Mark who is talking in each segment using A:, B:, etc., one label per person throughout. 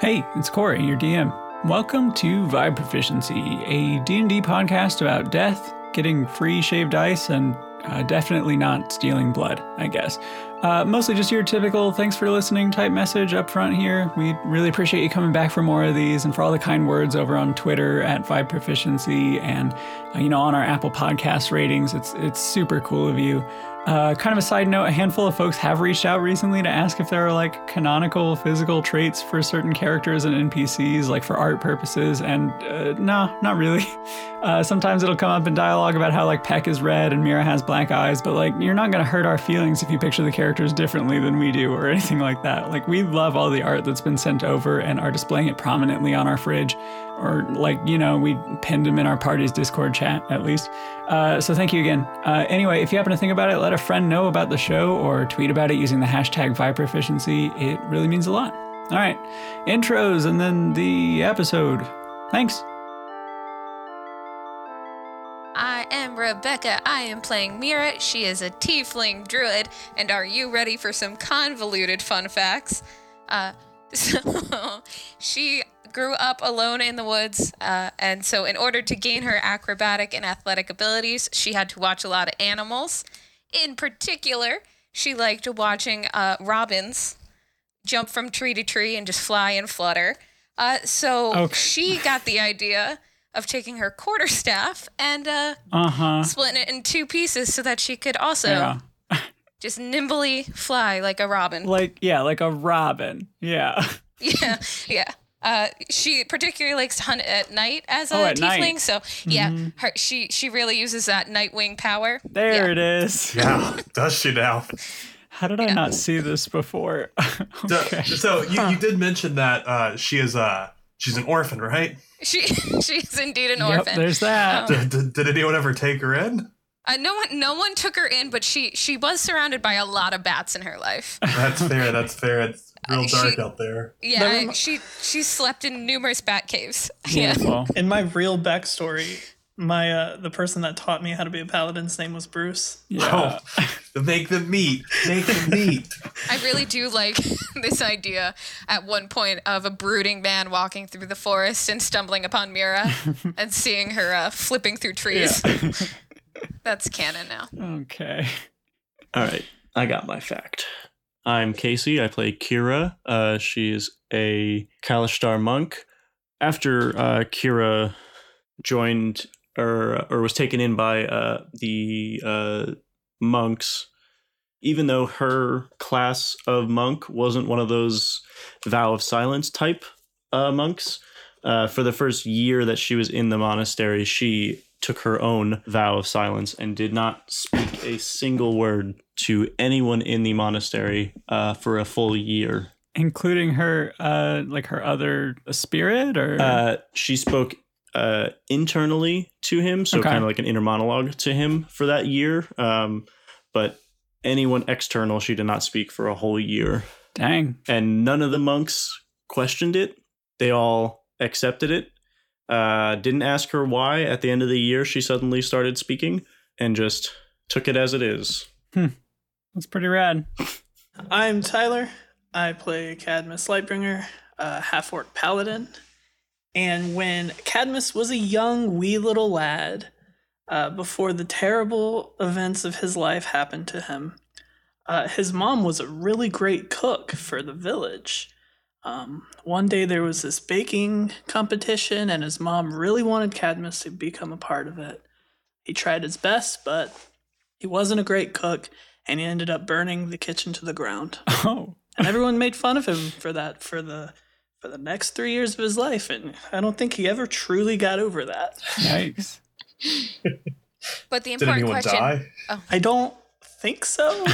A: Hey, it's Corey, your DM. Welcome to Vibe Proficiency, a D&D podcast about death, getting free shaved ice, and uh, definitely not stealing blood, I guess. Uh, mostly just your typical thanks for listening type message up front here. We really appreciate you coming back for more of these and for all the kind words over on Twitter at Vibe Proficiency and, uh, you know, on our Apple Podcast ratings. It's, it's super cool of you. Uh, kind of a side note, a handful of folks have reached out recently to ask if there are like canonical physical traits for certain characters and NPCs, like for art purposes, and uh, nah, not really. Uh, sometimes it'll come up in dialogue about how like Peck is red and Mira has black eyes, but like you're not gonna hurt our feelings if you picture the characters differently than we do or anything like that. Like we love all the art that's been sent over and are displaying it prominently on our fridge or like you know we pinned them in our party's discord chat at least uh, so thank you again uh, anyway if you happen to think about it let a friend know about the show or tweet about it using the hashtag viproficiency it really means a lot all right intros and then the episode thanks
B: I am Rebecca. I am playing Mira. She is a tiefling druid. And are you ready for some convoluted fun facts? Uh, so she grew up alone in the woods. Uh, and so, in order to gain her acrobatic and athletic abilities, she had to watch a lot of animals. In particular, she liked watching uh, robins jump from tree to tree and just fly and flutter. Uh, so,
A: Okay.
B: she got the idea of taking her quarterstaff and uh,
A: uh-huh
B: splitting it in two pieces so that she could also
A: yeah
B: just nimbly fly like a robin.
A: like yeah like a robin yeah
B: yeah, yeah. Uh, she particularly likes to hunt at night as a
A: Oh, at
B: tiefling,
A: night. Mm-hmm.
B: so yeah, her, she she really uses that night wing power.
A: there
B: Yeah.
A: it is
C: Yeah, does she now?
A: how did i not see this before
C: So,
A: okay
C: so you, you did mention that uh, she is uh, she's an orphan, right?
B: She she's indeed an
A: yep
B: orphan. Um,
A: there's that
C: Did, did, did anyone ever take her in?
B: Uh, no one no one took her in, but she she was surrounded by a lot of bats in her life.
C: That's fair. That's fair. It's real
B: Uh, she-
C: dark out there.
B: Yeah,
D: Never mi-
B: she she slept in numerous bat caves. Yeah.
A: Beautiful.
D: In my real backstory, my uh, the person that taught me how to be a paladin's name was Bruce.
A: Yeah.
C: Oh, to make them meet. Make them meet.
B: I really do like this idea at one point of a brooding man walking through the forest and stumbling upon Mira and seeing her uh, flipping through trees. That's canon now.
A: Okay.
E: All right, I got my fact. I'm Casey. I play Kira. Uh, she is a Kalishtar monk. After uh, Kira joined or or was taken in by uh, the uh, monks, even though her class of monk wasn't one of those vow of silence type uh, monks, uh, for the first year that she was in the monastery, she took her own vow of silence and did not speak a single word to anyone in the monastery uh, for a full year.
A: Including her, uh, like her other spirit, or
E: Uh, she spoke uh, internally to him, so
A: Okay.
E: kind of like an inner monologue to him for that year. Um, but anyone external, she did not speak for a whole year.
A: dang,
E: and none of the monks questioned it. They all accepted it. Uh, didn't ask her why. At the end of the year, she suddenly started speaking and just took it as it is.
A: that's pretty rad.
D: I'm Tyler. I play Cadmus Lightbringer, a half orc paladin. And when Cadmus was a young, wee little lad, uh, before the terrible events of his life happened to him, uh, his mom was a really great cook for the village. Um, one day there was this baking competition, and his mom really wanted Cadmus to become a part of it. He tried his best, but he wasn't a great cook, and he ended up burning the kitchen to the ground.
A: Oh,
D: And everyone made fun of him for that for the for the next three years of his life, and I don't think he ever truly got over that.
A: yikes!
B: But the
C: Did
B: important
C: anyone
B: question
C: die?
D: I don't think so.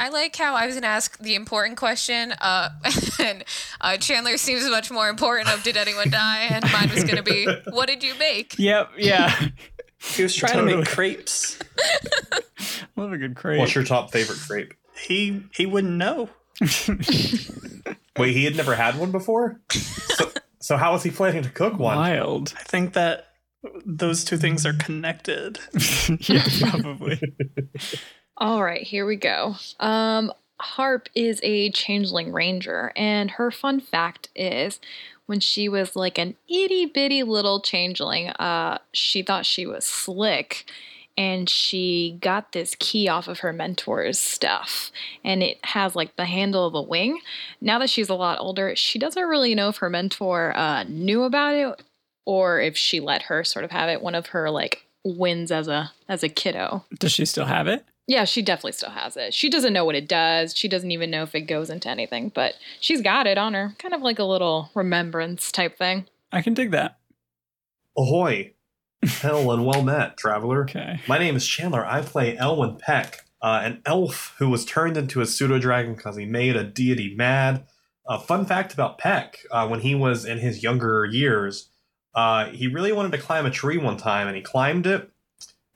B: I like how I was gonna ask the important question, uh, and uh, Chandler seems much more important of did anyone die, and mine was gonna be what did you make?
A: Yep, yeah.
D: He was trying to
A: Totally.
D: make crepes.
A: Love a good crate.
C: What's your top favorite grape?
D: He he wouldn't know.
C: Wait, he had never had one before. So, so how was he planning to cook one?
A: Wild.
D: I think that those two things are connected.
A: yeah, probably.
F: All right, here we go. Um, Harp is a changeling ranger, and her fun fact is when she was like an itty bitty little changeling, uh, she thought she was slick. And she got this key off of her mentor's stuff, and it has like the handle of a wing. Now that she's a lot older, she doesn't really know if her mentor uh, knew about it or if she let her sort of have it. One of her like wins as a as a kiddo.
A: Does she still have it?
F: Yeah, she definitely still has it. She doesn't know what it does. She doesn't even know if it goes into anything, but she's got it on her. Kind of like a little remembrance type thing.
A: I can dig that.
C: Ahoy. Hell and well met, traveler.
A: Okay.
C: My name is Chandler. I play Elwin Peck, uh, an elf who was turned into a pseudo dragon because he made a deity mad. A fun fact about Peck: uh, when he was in his younger years, uh, he really wanted to climb a tree one time, and he climbed it,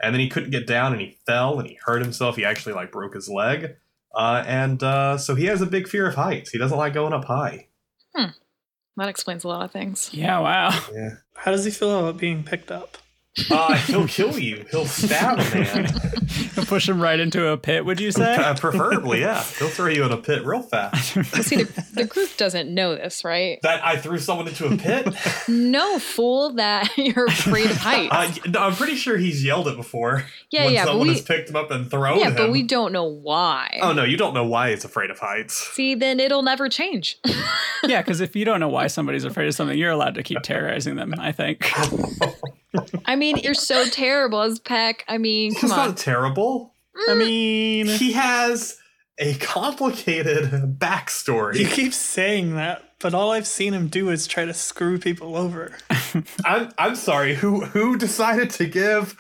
C: and then he couldn't get down, and he fell, and he hurt himself. He actually like broke his leg, uh, and uh, so he has a big fear of heights. He doesn't like going up high.
F: That explains a lot of things.
A: Yeah, wow.
C: Yeah.
D: How does he feel about being picked up?
C: Uh, he'll kill you. He'll stab a man.
A: Push him right into a pit, would you say?
C: Uh, preferably, yeah. He'll throw you in a pit real fast.
F: See, the, the group doesn't know this, right?
C: That I threw someone into a pit.
F: No fool that you're afraid of heights.
C: Uh, y- no, I'm pretty sure he's yelled it before.
F: yeah,
C: when
F: yeah, but
C: someone
F: we
C: has picked him up and thrown
F: yeah,
C: him.
F: but we don't know why.
C: Oh no, you don't know why he's afraid of heights.
F: See, then it'll never change.
A: yeah, because if you don't know why somebody's afraid of something, you're allowed to keep terrorizing them, I think.
F: I mean, you're so terrible as Peck. I mean,
C: He's
F: come on.
C: not terrible.
D: I mean,
C: He has a complicated
D: you
C: backstory.
D: keep saying that, but all I've seen him do is try to screw people over.
C: I'm I'm sorry. Who who decided to give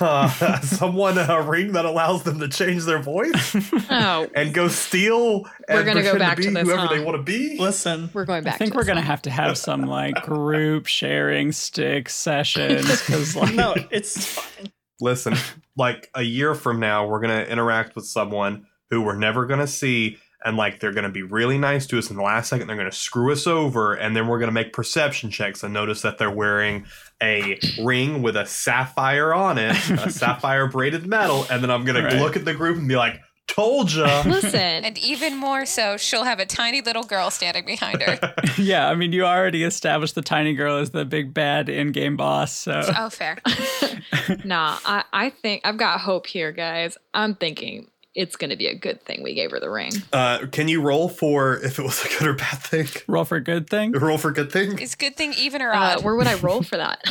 C: uh, someone a ring that allows them to change their voice
F: Oh,
C: and go steal?
F: We're
C: and
F: gonna go
C: pretend
F: back to
C: be
F: this,
C: whoever
F: huh?
C: they want to be.
D: Listen,
F: we're going
A: I
F: back.
A: think
F: to
A: we're
F: this
A: going to
F: one.
A: have to have some like group sharing stick sessions because, like,
D: no, it's fine.
C: listen, like a year from now, we're gonna interact with someone who we're never gonna see, and like they're gonna be really nice to us in the last second, they're gonna screw us over, and then we're gonna make perception checks and notice that they're wearing a ring with a sapphire on it, a sapphire braided metal, and then I'm gonna
A: Right.
C: look at the group and be like, "Told ya."
F: Listen,
B: And even more so, she'll have a tiny little girl standing behind her.
A: yeah, I mean, you already established the tiny girl as the big bad in game boss, so.
B: oh, fair.
F: nah, I, I think I've got hope here, guys. I'm thinking it's going to be a good thing we gave her the ring.
C: Uh, can you roll for if it was a good or bad thing?
A: Roll for good thing.
C: Roll for good thing.
B: Is good thing even or
F: Uh,
B: odd?
F: where would I roll for that?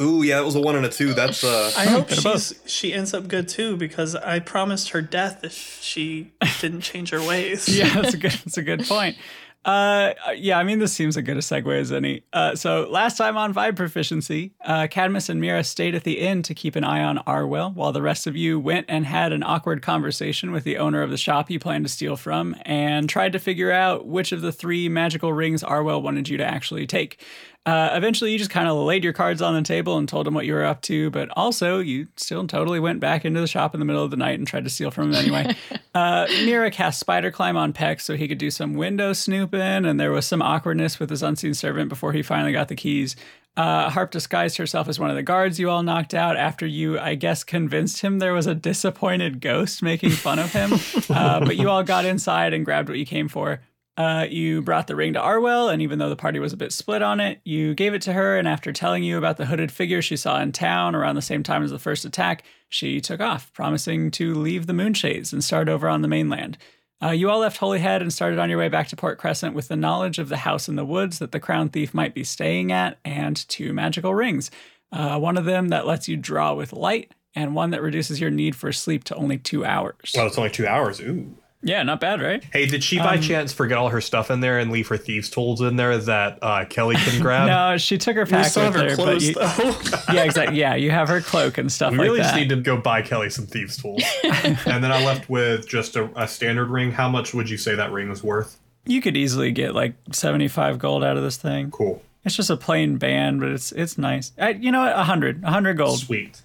C: Ooh, yeah, that was a one and a two. That's uh,
D: I hope
A: they're
D: she's, she ends up good too because I promised her death if she didn't change her ways.
A: yeah, that's a good. That's a good point. Uh, yeah, I mean, this seems as good a segue as any. Uh, so last time on Vibe Proficiency, uh, Cadmus and Mira stayed at the inn to keep an eye on Arwell, while the rest of you went and had an awkward conversation with the owner of the shop you planned to steal from, and tried to figure out which of the three magical rings Arwell wanted you to actually take. Uh, eventually, you just kind of laid your cards on the table and told him what you were up to, but also you still totally went back into the shop in the middle of the night and tried to steal from him anyway. uh, Mira cast Spider Climb on Peck so he could do some window snooping, and there was some awkwardness with his unseen servant before he finally got the keys. Uh, Harp disguised herself as one of the guards you all knocked out after you, I guess, convinced him there was a disappointed ghost making fun of him. uh, but you all got inside and grabbed what you came for. Uh, you brought the ring to Arwell, and even though the party was a bit split on it, you gave it to her. And after telling you about the hooded figure she saw in town around the same time as the first attack, she took off, promising to leave the Moonshades and start over on the mainland. Uh, you all left Holyhead and started on your way back to Port Crescent with the knowledge of the house in the woods that the crown thief might be staying at, and two magical rings. Uh, one of them that lets you draw with light, and one that reduces your need for sleep to only two hours.
C: well, Oh, it's only two hours. Ooh.
A: Yeah, not bad, right?
C: Hey, did she
A: Um,
C: by chance forget all her stuff in there and leave her thieves' tools in there that uh, Kelly can grab?
A: No, she took her
D: We
A: pack
D: um, still have
A: with
D: her
A: her, but
D: clothes
A: you,
D: though.
A: yeah, exactly. Yeah, you have her cloak and stuff
C: we
A: like
C: really
A: that.
C: just need to go buy Kelly some thieves' tools. and then I left with just a, a standard ring. How much would you say that ring was worth?
A: you could easily get like seventy-five gold out of this thing.
C: Cool,
A: It's just a plain band, but it's it's nice. Uh, you know what? A hundred, a hundred gold.
C: sweet.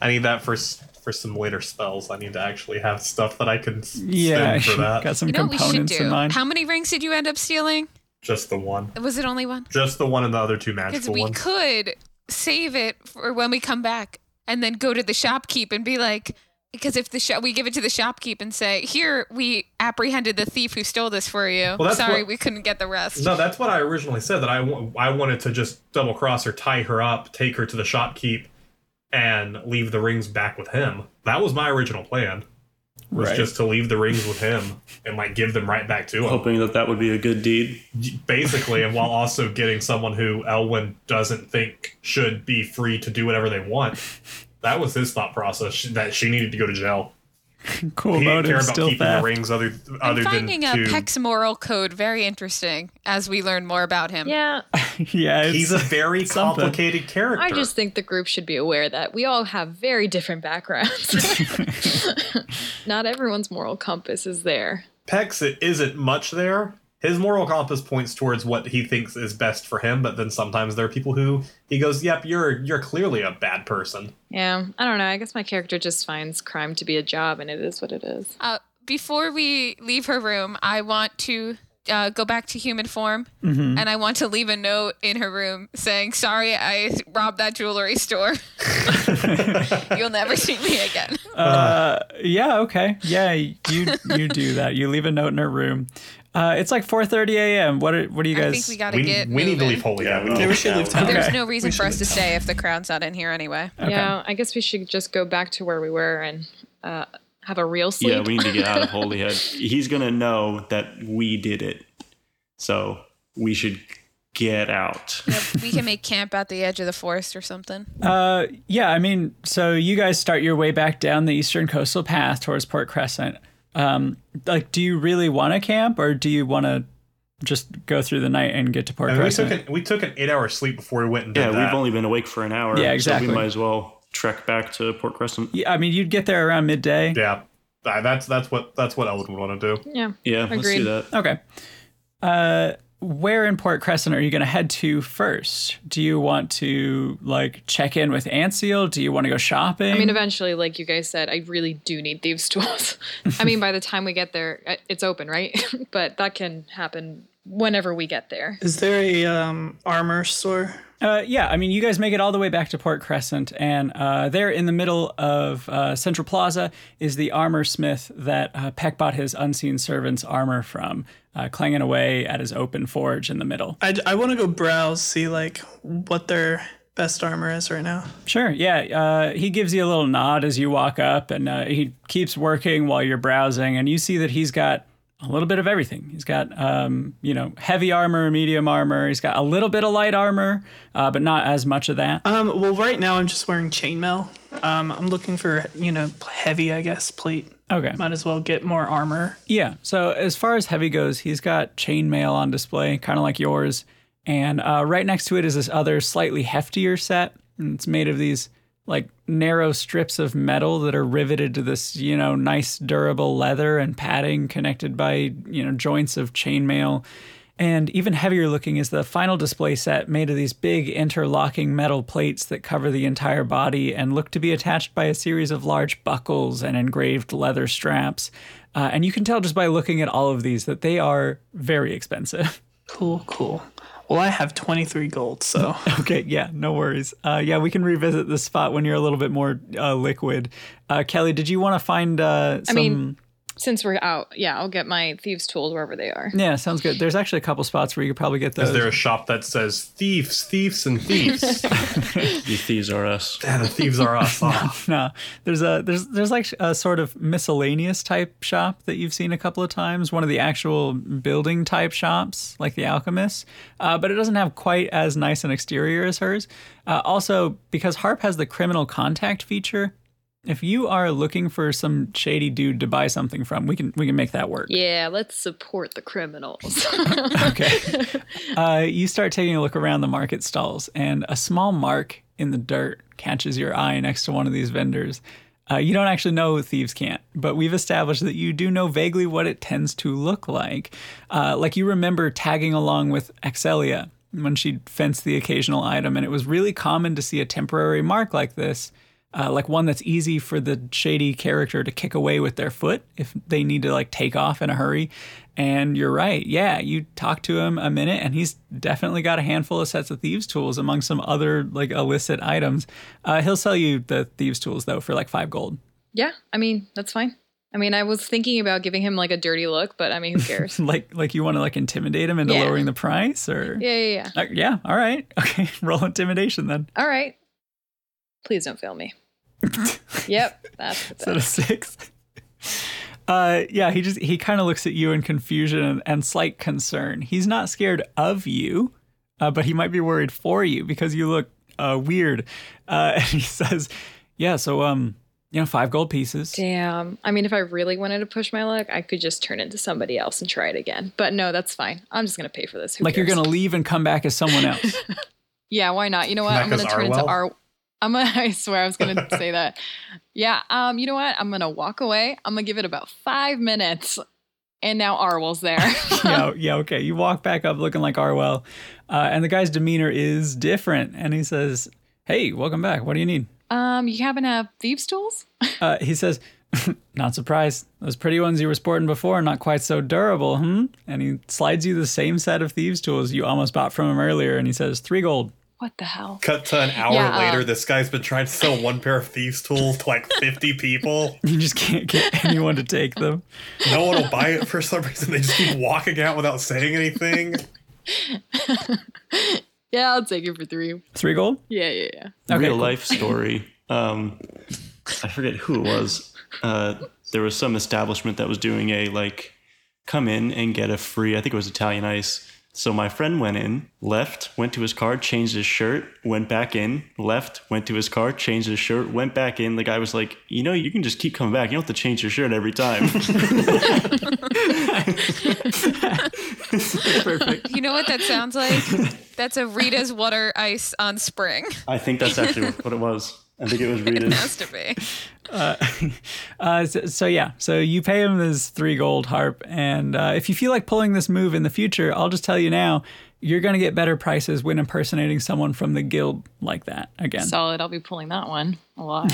C: I need that for s- for some later spells. I need to actually have stuff that I can s- spend
A: Yeah,
C: for that.
A: got some
B: you know what we should
A: components in
B: do?
A: mind.
B: How many rings did you end up stealing?
C: Just the one,
B: Was it only one?
C: just the one, and the other two
B: Because
C: magical
B: we
C: ones.
B: could save it for when we come back and then go to the shopkeep and be like, Because if the shop, we give it to the shopkeep and say, "Here, we apprehended the thief who stole this for you.
C: Well, that's
B: Sorry,
C: what-
B: we couldn't get the rest."
C: No, that's what I originally said. That I wa- I wanted to just double cross her, tie her up, take her to the shopkeep, and leave the rings back with him. That was my original plan. Was
A: Right.
C: just to leave the rings with him and like give them right back
A: Oh.
C: to him,
E: hoping that that would be a good deed.
C: basically, and while also getting someone who Elwin doesn't think should be free to do whatever they want. That was his thought process that she needed to go to jail.
A: Cool
C: He didn't care
A: motive,
C: about
A: still
C: keeping
A: theft.
C: the rings other
B: I'm
C: other
B: finding
C: than
B: a
C: to
B: Peck's moral code very interesting as we learn more about him.
F: Yeah,
A: yeah, it's,
C: He's a very
A: something.
C: complicated character.
F: I just think the group should be aware that we all have very different backgrounds. Not everyone's moral compass is there.
C: Peck's it isn't much there. His moral compass points towards what he thinks is best for him, but then sometimes there are people who he goes, "Yep, you're you're clearly a bad person."
F: Yeah, I don't know. I guess my character just finds crime to be a job, and it is what it is.
B: Uh, before we leave her room, I want to uh, go back to human form,
C: Mm-hmm.
B: and I want to leave a note in her room saying, "Sorry, I robbed that jewelry store. You'll never see me again."
A: Uh, yeah, okay. Yeah, you you do that. You leave a note in her room. Uh, it's like 4:30 a.m. What are, what do you
B: I
A: guys?
B: think we gotta
C: We,
B: get.
C: we need to
B: moving.
C: leave Holy
E: Yeah, we
C: Guy.
E: need-
D: Yeah, we should leave town.
A: Okay.
B: There's no reason
D: We
B: for us
D: should
B: to
D: leave town.
B: stay if the crown's not in here anyway.
F: Yeah, I guess we should just go back to where we were and uh, have a real sleep.
E: Yeah, we need to get out of Holyhead. He's gonna know that we did it, so we should get out.
B: we can make camp at the edge of the forest or something.
A: Uh, yeah, I mean, so you guys start your way back down the eastern coastal path towards Port Crescent. Um, like, do you really want to camp, or do you want to just go through the night and get to Port
C: I mean, we took
A: Crescent?
C: an, we took an eight hour sleep before we went and did
E: Yeah,
C: that.
E: we've only been awake for an hour.
A: Yeah,
E: So
A: exactly.
E: we might as well trek back to Port Crescent.
A: Yeah, I mean, you'd get there around midday.
C: yeah, Uh, that's that's what that's what Elwood would want to
B: Mm.
C: do.
F: yeah.
E: Yeah, let's
F: Agreed.
E: do that.
A: Okay. Uh, where in Port Crescent are you going to head to first? Do you want to like check in with Anseal? Do you want to go shopping?
F: I mean, eventually, like you guys said, I really do need thieves' tools. I mean, by the time we get there, uh, it's open, right? but that can happen whenever we get there.
D: Is there a um, armor store?
A: Uh, yeah, I mean, you guys make it all the way back to Port Crescent, and uh, there in the middle of uh, Central Plaza is the armor smith that uh, Peck bought his unseen servant's armor from, uh, clanging away at his open forge in the middle.
D: I, I want to go browse, see like what their best armor is right now.
A: Sure, yeah. Uh, he gives you a little nod as you walk up, and uh, he keeps working while you're browsing, and you see that he's got a little bit of everything. He's got, um, you know, heavy armor, medium armor. He's got a little bit of light armor, uh, but not as much of that.
D: Um, well, right now I'm just wearing chainmail. Um, I'm looking for you know heavy, I guess plate.
A: Okay.
D: Might as well get more armor.
A: Yeah. So as far as heavy goes, he's got chainmail on display, kind of like yours. And uh, right next to it is this other slightly heftier set, and it's made of these like narrow strips of metal that are riveted to this, you know, nice durable leather and padding connected by, you know, joints of chainmail. And even heavier looking is the final display set made of these big interlocking metal plates that cover the entire body and look to be attached by a series of large buckles and engraved leather straps. Uh, and you can tell just by looking at all of these that they are very expensive.
D: Cool, cool. Well, I have 23 gold, so
A: okay, yeah, no worries. Uh, yeah, we can revisit this spot when you're a little bit more uh, liquid. Uh, Kelly, did you want to find uh, some?
F: mean- Since we're out, yeah, I'll get my thieves' tools wherever they are.
A: yeah, sounds good. There's actually a couple spots where you could probably get those.
C: Is there a shop that says thieves, thieves, and thieves?
E: You thieves are us.
C: yeah, the thieves are us. Oh,
A: no, there's a there's there's like a sort of miscellaneous type shop that you've seen a couple of times. One of the actual building type shops, like the Alchemist, uh, but it doesn't have quite as nice an exterior as hers. Uh, also, because Harp has the criminal contact feature, if you are looking for some shady dude to buy something from, we can we can make that work.
F: Yeah, let's support the criminals.
A: Okay. uh, you start taking a look around the market stalls, and a small mark in the dirt catches your eye next to one of these vendors. Uh, you don't actually know thieves can't, but we've established that you do know vaguely what it tends to look like. Uh, like you remember tagging along with Axelia when she fenced the occasional item, and it was really common to see a temporary mark like this uh, like one that's easy for the shady character to kick away with their foot if they need to like take off in a hurry. And you're right. Yeah, you talk to him a minute, and he's definitely got a handful of sets of thieves' tools among some other like illicit items. Uh, he'll sell you the thieves' tools though for like five gold.
F: Yeah, I mean, that's fine. I mean, I was thinking about giving him like a dirty look, but I mean, who cares?
A: Like like you want to like intimidate him into
F: Yeah.
A: lowering the price or
F: yeah, yeah, yeah.
A: Uh, yeah, all right. Okay, roll intimidation then.
F: All right. Please don't fail me. Yep, that's the
A: Is that a
F: best.
A: six? Uh, yeah, he just he kind of looks at you in confusion and, and slight concern. He's not scared of you, uh, but he might be worried for you because you look uh, weird. Uh, and he says, "Yeah, so um, you know, five gold pieces."
F: Damn. I mean, if I really wanted to push my luck, I could just turn into somebody else and try it again. But no, that's fine. I'm just gonna pay for this. Who
A: like you're
F: cares?
A: gonna leave and come back as someone else.
F: Yeah, why not? You know what? I'm
C: Mecca's
F: gonna turn into
C: Arwell?
F: R. I'm gonna. I swear, I was gonna say that. Yeah. Um. You know what? I'm gonna walk away. I'm gonna give it about five minutes, and now Arwell's there.
A: yeah, yeah, okay. You walk back up looking like Arwell, uh, and the guy's demeanor is different. And he says, "Hey, welcome back. What do you need?"
F: um. You happen to have thieves' tools?
A: Uh, he says, "Not surprised. Those pretty ones you were sporting before are not quite so durable, hmm?" And he slides you the same set of thieves' tools you almost bought from him earlier, and he says, three gold."
F: What the hell?
C: Cut to an hour
F: Yeah, uh,
C: later, this guy's been trying to sell one pair of thieves' tools to like 50 people.
A: You just can't get anyone to take them.
C: No one will buy it for some reason. They just keep walking out without saying anything.
F: Yeah, I'll take it for three.
A: Three gold.
F: Yeah, yeah, yeah.
A: Okay,
E: real
A: cool.
E: life story. Um, I forget who it was. Uh, there was some establishment that was doing a like, come in and get a free. I think it was Italian ice. So my friend went in, left, went to his car, changed his shirt, went back in, left, went to his car, changed his shirt, went back in. The guy was like, you know, you can just keep coming back. You don't have to change your shirt every time.
A: Perfect.
B: You know what that sounds like? That's a Rita's water ice on spring.
E: I think that's actually what it was. I think it was Rita's.
B: Has to be.
A: Uh, so, so yeah, so you pay him this three gold harp, and uh, if you feel like pulling this move in the future, I'll just tell you now, you're gonna get better prices when impersonating someone from the guild like that again.
F: Solid. I'll be pulling that one a lot.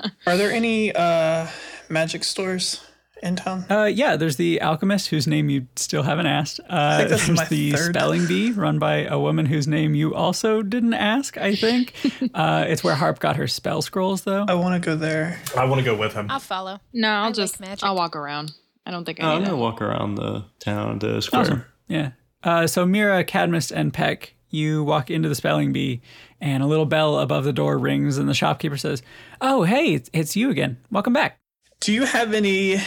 D: Are there any uh, magic stores in town?
A: Uh, yeah, there's the alchemist whose name you still haven't asked. Uh,
D: think this is
A: there's
D: my
A: the
D: third.
A: spelling bee run by a woman whose name you also didn't ask. I think uh, it's where Harp got her spell scrolls, though.
D: I want to go there.
C: I want to go with him.
B: I'll follow.
F: no, I'll
B: like
F: just.
B: magic.
F: I'll walk around. I don't think
E: Oh,
F: I
E: I'm
F: need
E: gonna
F: it.
E: walk around the town, the square.
A: Awesome. Yeah. Uh, so Mira, Cadmus, and Peck, you walk into the spelling bee, and a little bell above the door rings, and the shopkeeper says, "Oh, hey, it's, it's you again. Welcome back."
D: Do you have any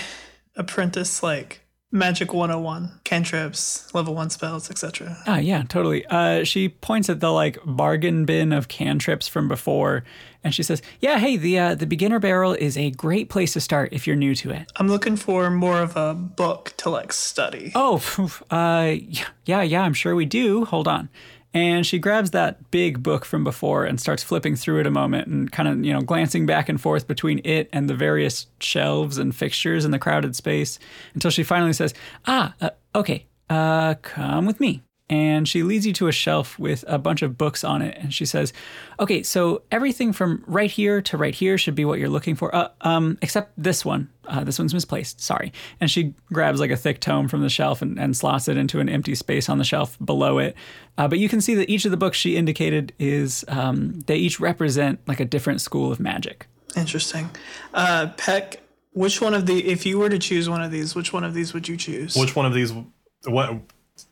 D: apprentice like magic 101 cantrips, level 1 spells, etc.?
A: Ah, yeah, totally. Uh, she points at the like bargain bin of cantrips from before, and she says, "Yeah, hey, the uh, the beginner barrel is a great place to start if you're new to it."
D: I'm looking for more of a book to like study.
A: Oh, phew, uh, yeah, yeah, yeah, I'm sure we do. Hold on. And she grabs that big book from before and starts flipping through it a moment and kind of, you know, glancing back and forth between it and the various shelves and fixtures in the crowded space until she finally says, Ah, uh, okay, uh, come with me. And she leads you to a shelf with a bunch of books on it. And she says, Okay, so everything from right here to right here should be what you're looking for, uh, um, except this one. Uh, this one's misplaced. Sorry. And she grabs like a thick tome from the shelf and, and slots it into an empty space on the shelf below it. Uh, but you can see that each of the books she indicated is, um, they each represent like a different school of magic.
D: Interesting. Uh, Peck, which one of the, if you were to choose one of these, which one of these would you choose?
C: Which one of these? What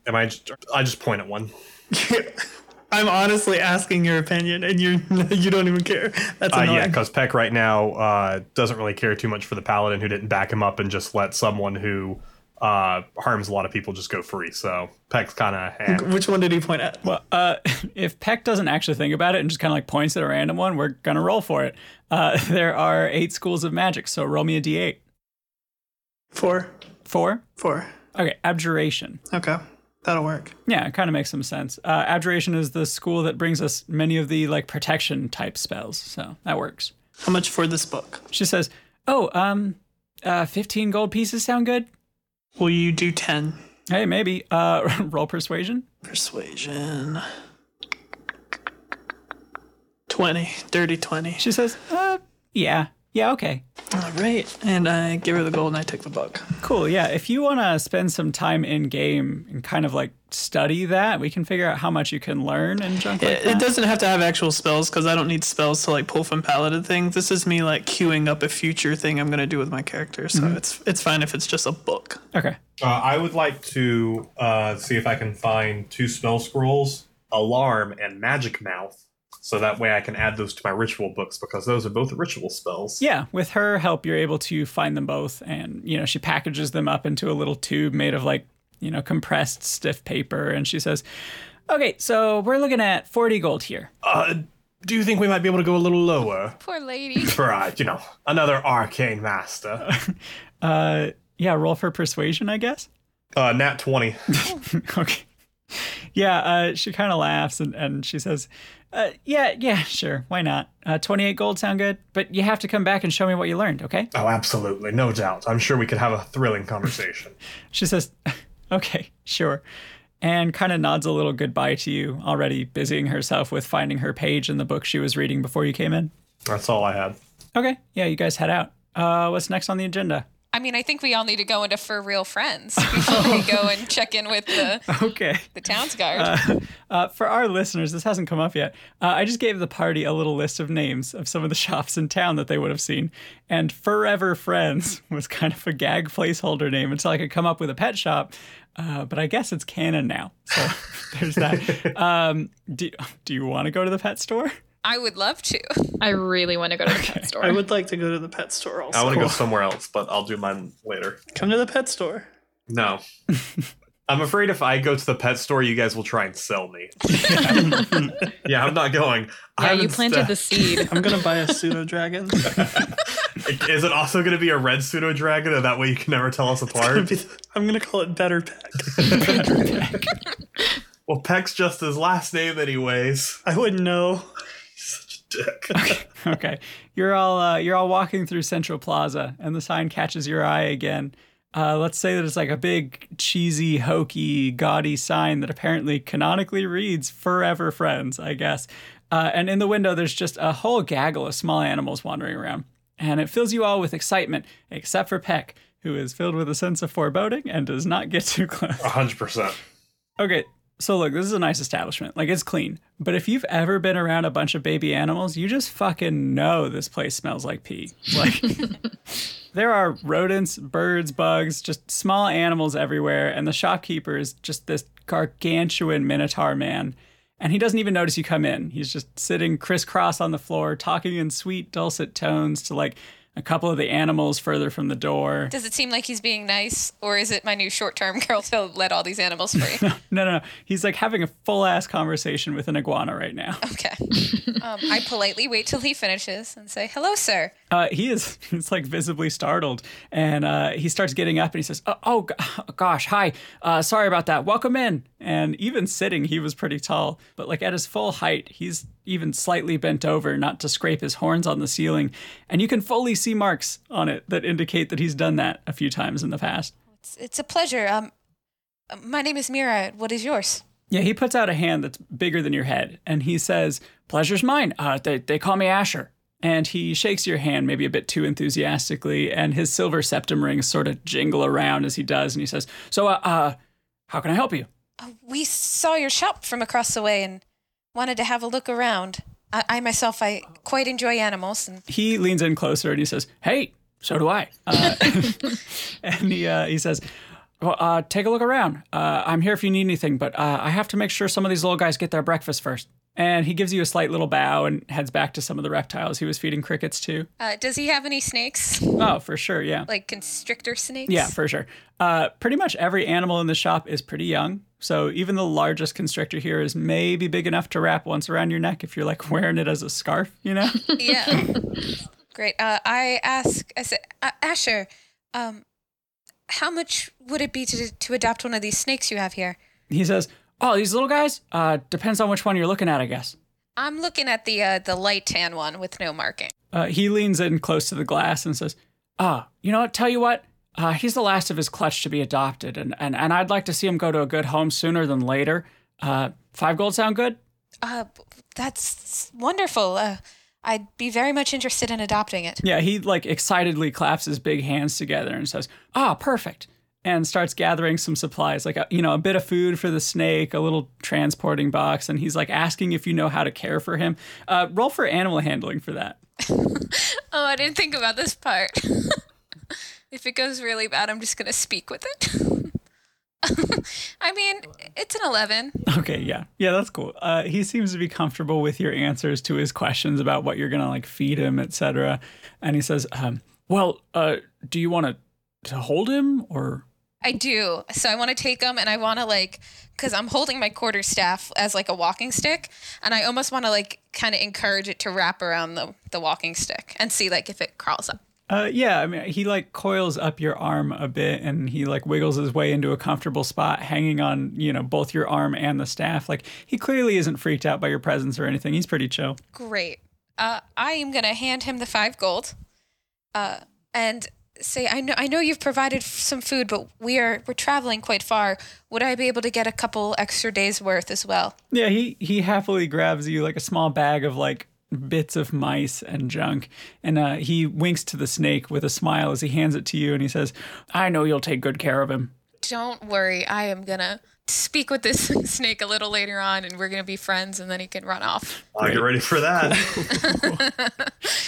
C: am I? Just, I just point at one.
D: I'm honestly asking your opinion and you're, you don't even care. That's
C: Uh,
D: annoying.
C: yeah, because Peck right now uh, doesn't really care too much for the paladin who didn't back him up and just let someone who uh, harms a lot of people just go free. So Peck's kind of. Eh.
D: which one did he point at?
A: Well, uh, if Peck doesn't actually think about it and just kind of like points at a random one, we're going to roll for it. Uh, there are eight schools of magic, so roll me a d8.
D: Four.
A: Four?
D: Four.
A: Okay, abjuration.
D: Okay. That'll work.
A: Yeah, it kind of makes some sense. Uh, abjuration is the school that brings us many of the like protection type spells, so that works.
D: How much for this book?
A: She says, "Oh, um, uh, fifteen gold pieces sound good?
D: Will you do 10?
A: Hey, maybe. Uh, roll persuasion.
D: Persuasion. 20. Dirty 20.
A: She says, "Uh, yeah, Yeah, okay.
D: All right. And I give her the gold and I take the book.
A: Cool. Yeah, if you want to spend some time in game and kind of like study that, we can figure out how much you can learn and junk like
D: It,
A: that.
D: it doesn't have to have actual spells because I don't need spells to like pull from paladin things. This is me like queuing up a future thing I'm gonna do with my character, so it's it's fine if it's just a book.
A: Okay.
C: Uh, I would like to uh, see if I can find two spell scrolls, alarm and magic mouth, so that way I can add those to my ritual books because those are both ritual spells.
A: Yeah, with her help, you're able to find them both, and you know she packages them up into a little tube made of like you know compressed stiff paper, and she says, "Okay, so we're looking at forty gold here."
C: Uh, do you think we might be able to go a little lower
B: Poor lady.
C: for, uh, you know, another arcane master?
A: Uh, yeah, roll for persuasion, I guess.
C: Uh, nat 20.
A: okay. Yeah, uh, she kind of laughs and, and she says, uh, "Yeah, yeah, sure, why not? Uh, Twenty-eight gold sound good, but you have to come back and show me what you learned, okay?"
C: Oh, absolutely. No doubt. I'm sure we could have a thrilling conversation.
A: She says, "Okay, sure." And kind of nods a little goodbye to you, already busying herself with finding her page in the book she was reading before you came in.
C: That's all I had.
A: Okay, yeah, you guys head out. Uh, what's next on the agenda?
B: I mean, I think we all need to go into for real friends before we go and check in with the
A: Okay.
B: the town's guard.
A: Uh, for our listeners, this hasn't come up yet. Uh, I just gave the party a little list of names of some of the shops in town that they would have seen. And Forever Friends was kind of a gag placeholder name until I could come up with a pet shop. Uh, but I guess it's canon now. So there's that. Um, do, do you want to go to the pet store?
B: I would love to.
F: I really want to go to the pet store.
D: I would like to go to the pet store also.
C: I want to go somewhere else, but I'll do mine later.
D: Come to the pet store.
C: No. I'm afraid if I go to the pet store, you guys will try and sell me. yeah, I'm not going.
F: yeah,
C: I'm
F: you planted the
C: instead-
F: seed.
D: I'm gonna buy a pseudo dragon.
C: Is it also going to be a red pseudo dragon, and that way you can never tell us apart?
D: I'm gonna call it better pet.
C: well, Peck's just his last name, anyways.
D: I wouldn't know.
C: Dick.
A: okay. You're all uh, you're all walking through Central Plaza, and the sign catches your eye again. Uh, let's say that it's like a big cheesy, hokey, gaudy sign that apparently canonically reads "Forever Friends," I guess. Uh, and in the window, there's just a whole gaggle of small animals wandering around, and it fills you all with excitement, except for Peck, who is filled with a sense of foreboding and does not get too close.
C: 100%.
A: Okay, so look, this is a nice establishment. Like, it's clean. But if you've ever been around a bunch of baby animals, you just fucking know this place smells like pee. Like, there are rodents, birds, bugs, just small animals everywhere. And the shopkeeper is just this gargantuan minotaur man. And he doesn't even notice you come in. He's just sitting crisscross on the floor, talking in sweet, dulcet tones to like a couple of the animals further from the door.
B: Does it seem like he's being nice, or is it my new short-term girl to let all these animals free?
A: No, no, no. He's like having a full ass conversation with an iguana right now.
B: Okay. Um, I politely wait till he finishes and say, "Hello, sir."
A: Uh, he is he's like visibly startled and uh, he starts getting up and he says oh, oh g- gosh hi uh, sorry about that welcome in and even sitting he was pretty tall but like at his full height he's even slightly bent over not to scrape his horns on the ceiling and you can fully see marks on it that indicate that he's done that a few times in the past
B: It's, it's a pleasure. Um, my name is Mira. What is yours?
A: yeah he puts out a hand that's bigger than your head and he says pleasure's mine uh, they, they call me asher and he shakes your hand maybe a bit too enthusiastically and his silver septum rings sort of jingle around as he does and he says so uh, uh how can i help you
B: Uh, we saw your shop from across the way and wanted to have a look around. I, I myself, I quite enjoy animals, and
A: he leans in closer and he says hey so do i uh, and he, uh, he says well, uh, take a look around uh, i'm here if you need anything but uh, i have to make sure some of these little guys get their breakfast first and he gives you a slight little bow and heads back to some of the reptiles he was feeding crickets to.
B: uh, does he have any snakes?
A: Oh, for sure, yeah.
B: Like constrictor snakes?
A: Yeah, for sure. Uh, pretty much every animal in the shop is pretty young. So even the largest constrictor here is maybe big enough to wrap once around your neck if you're like wearing it as a scarf, you know?
B: yeah. Great. Uh, I ask. I said, uh, Asher, um, how much would it be to to adopt one of these snakes you have here?
A: he says, Oh, these little guys? Uh, depends on which one you're looking at, I guess.
B: I'm looking at the uh, the light tan one with no marking.
A: Uh, he leans in close to the glass and says, Ah, you know what? Tell you what. Uh, he's the last of his clutch to be adopted, and, and, and I'd like to see him go to a good home sooner than later. Uh, five gold sound good?
B: Uh, b- that's wonderful. Uh, I'd be very much interested in adopting it.
A: Yeah, he like excitedly claps his big hands together and says, "Ah, perfect." And starts gathering some supplies, like a, you know, a bit of food for the snake, a little transporting box, and he's like asking if you know how to care for him. Uh, roll for animal handling for that.
B: Oh, I didn't think about this part. if it goes really bad, I'm just going to speak with it. I mean, it's an 11.
A: Okay, yeah, yeah, that's cool. Uh, he seems to be comfortable with your answers to his questions about what you're gonna like feed him, etc. And he says, um, "Well, uh, do you want to to hold him or?"
B: I do. So I want to take them and I want to like, because I'm holding my quarter staff as like a walking stick, and I almost want to like kind of encourage it to wrap around the the walking stick and see like if it crawls up.
A: Uh, yeah, I mean, he like coils up your arm a bit and he like wiggles his way into a comfortable spot, hanging on, you know, both your arm and the staff. Like, he clearly isn't freaked out by your presence or anything. He's pretty chill.
B: Great. Uh, I am gonna hand him the five gold, uh, and say, I know, I know you've provided f- some food, but we are we're traveling quite far. Would I be able to get a couple extra days worth as well?
A: Yeah, he he happily grabs you like a small bag of like bits of mice and junk, and uh, he winks to the snake with a smile as he hands it to you, and he says, "I know you'll take good care of him."
B: Don't worry, I am gonna speak with this snake a little later on, and we're gonna be friends, and then he can run off.
C: I'll get ready for that.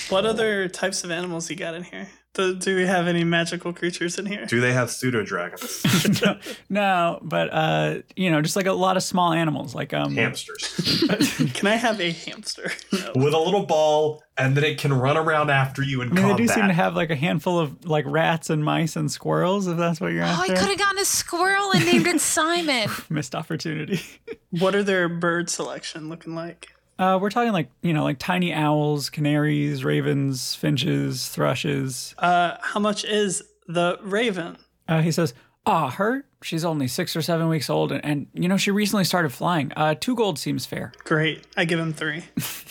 D: What other types of animals you got in here? Do, do we have any magical creatures in here?
C: Do they have pseudo dragons?
A: No, but uh, you know, just like a lot of small animals, like um,
C: Hamsters.
D: Can I have a hamster? No.
C: With a little ball, and then it can run around after you in
A: I mean, they
C: combat.
A: do seem to have like a handful of like rats and mice and squirrels, if that's what you're
B: Oh, I
A: after.
B: could have gotten a squirrel and named it Simon.
A: Missed opportunity.
D: What are their bird selection looking like?
A: Uh, we're talking like you know, like tiny owls, canaries, ravens, finches, thrushes.
D: Uh, how much is the raven?
A: Uh, he says, "Ah, her. She's only six or seven weeks old, and, and you know she recently started flying. Uh, two gold seems fair."
D: Great. I give him three.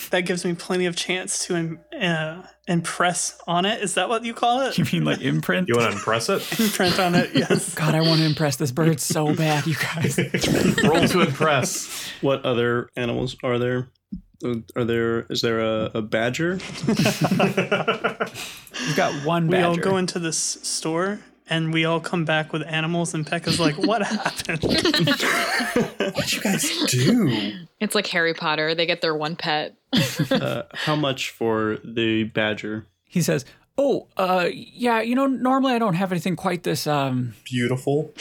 D: that gives me plenty of chance to im- uh, impress on it. Is that what you call it?
A: You mean like imprint?
C: You want to impress it?
D: Imprint on it. Yes.
A: God, I want to impress this bird so bad, you guys.
C: Roll to impress.
E: What other animals are there? Are there? Is there a, a badger?
A: You've got one
D: We
A: badger.
D: all go into this store and we all come back with animals, and Pekka's like, "What happened?"
C: What you guys do?
F: It's like Harry Potter. They get their one pet.
E: Uh, how much for the badger?
A: he says, "Oh, uh, yeah. You know, normally I don't have anything quite this um
C: Beautiful.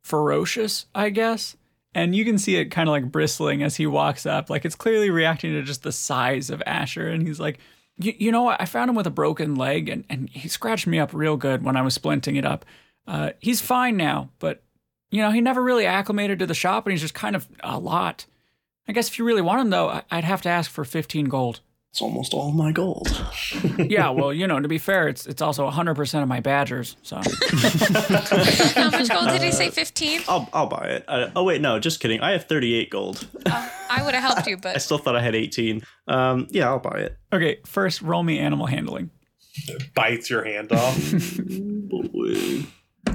A: ferocious, I guess." And you can see it kind of like bristling as he walks up. Like it's clearly reacting to just the size of Asher, and he's like. "Y- You know, what? I found him with a broken leg, and, and he scratched me up real good when I was splinting it up. Uh, he's fine now, but you know, he never really acclimated to the shop, and he's just kind of a lot. I guess if you really want him, though, I- I'd have to ask for fifteen gold.
E: It's almost all my gold.
A: yeah, well, you know, to be fair, it's it's also 100% of my badgers. So,
B: How much gold did he say? Fifteen.
E: I'll I'll buy it. Uh, oh wait, no, just kidding. I have thirty eight gold.
B: I would have helped you,
E: I
B: but
E: still thought I had eighteen. Um, yeah, I'll buy it.
A: okay, first roll me animal handling.
C: Bites your hand off.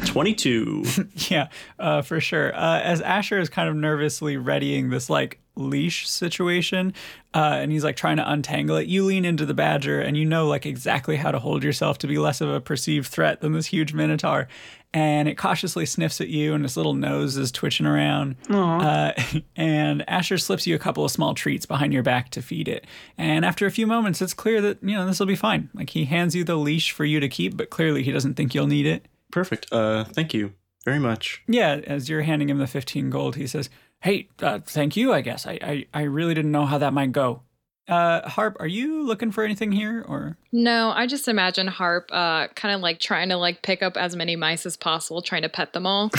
E: Twenty two.
A: Yeah, uh, for sure. Uh, as Asher is kind of nervously readying this like leash situation, uh, and he's like trying to untangle it, you lean into the badger and you know like exactly how to hold yourself to be less of a perceived threat than this huge minotaur. And it cautiously sniffs at you, and its little nose is twitching around. Uh, and Asher slips you a couple of small treats behind your back to feed it. And after a few moments, it's clear that, you know, this will be fine. Like, he hands you the leash for you to keep, but clearly he doesn't think you'll need it.
E: Perfect. Uh, thank you very much.
A: Yeah, as you're handing him the 15 gold, he says, Hey, uh, thank you, I guess. I, I, I really didn't know how that might go. Uh, Harp, are you looking for anything here? Or
F: No, I just imagine Harp uh, kind of like trying to like pick up as many mice as possible, trying to pet them all.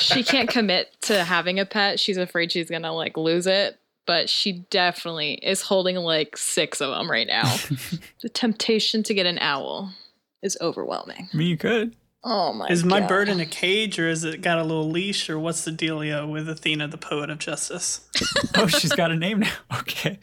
F: she can't commit to having a pet. She's afraid she's gonna like lose it, but she definitely is holding like six of them right now. the temptation to get an owl is overwhelming.
A: I mean, you could.
F: Oh my!
D: Is my
F: God.
D: bird in a cage, or is it got a little leash, or what's the dealio with Athena, the poet of justice?
A: Oh, she's got a name now. Okay.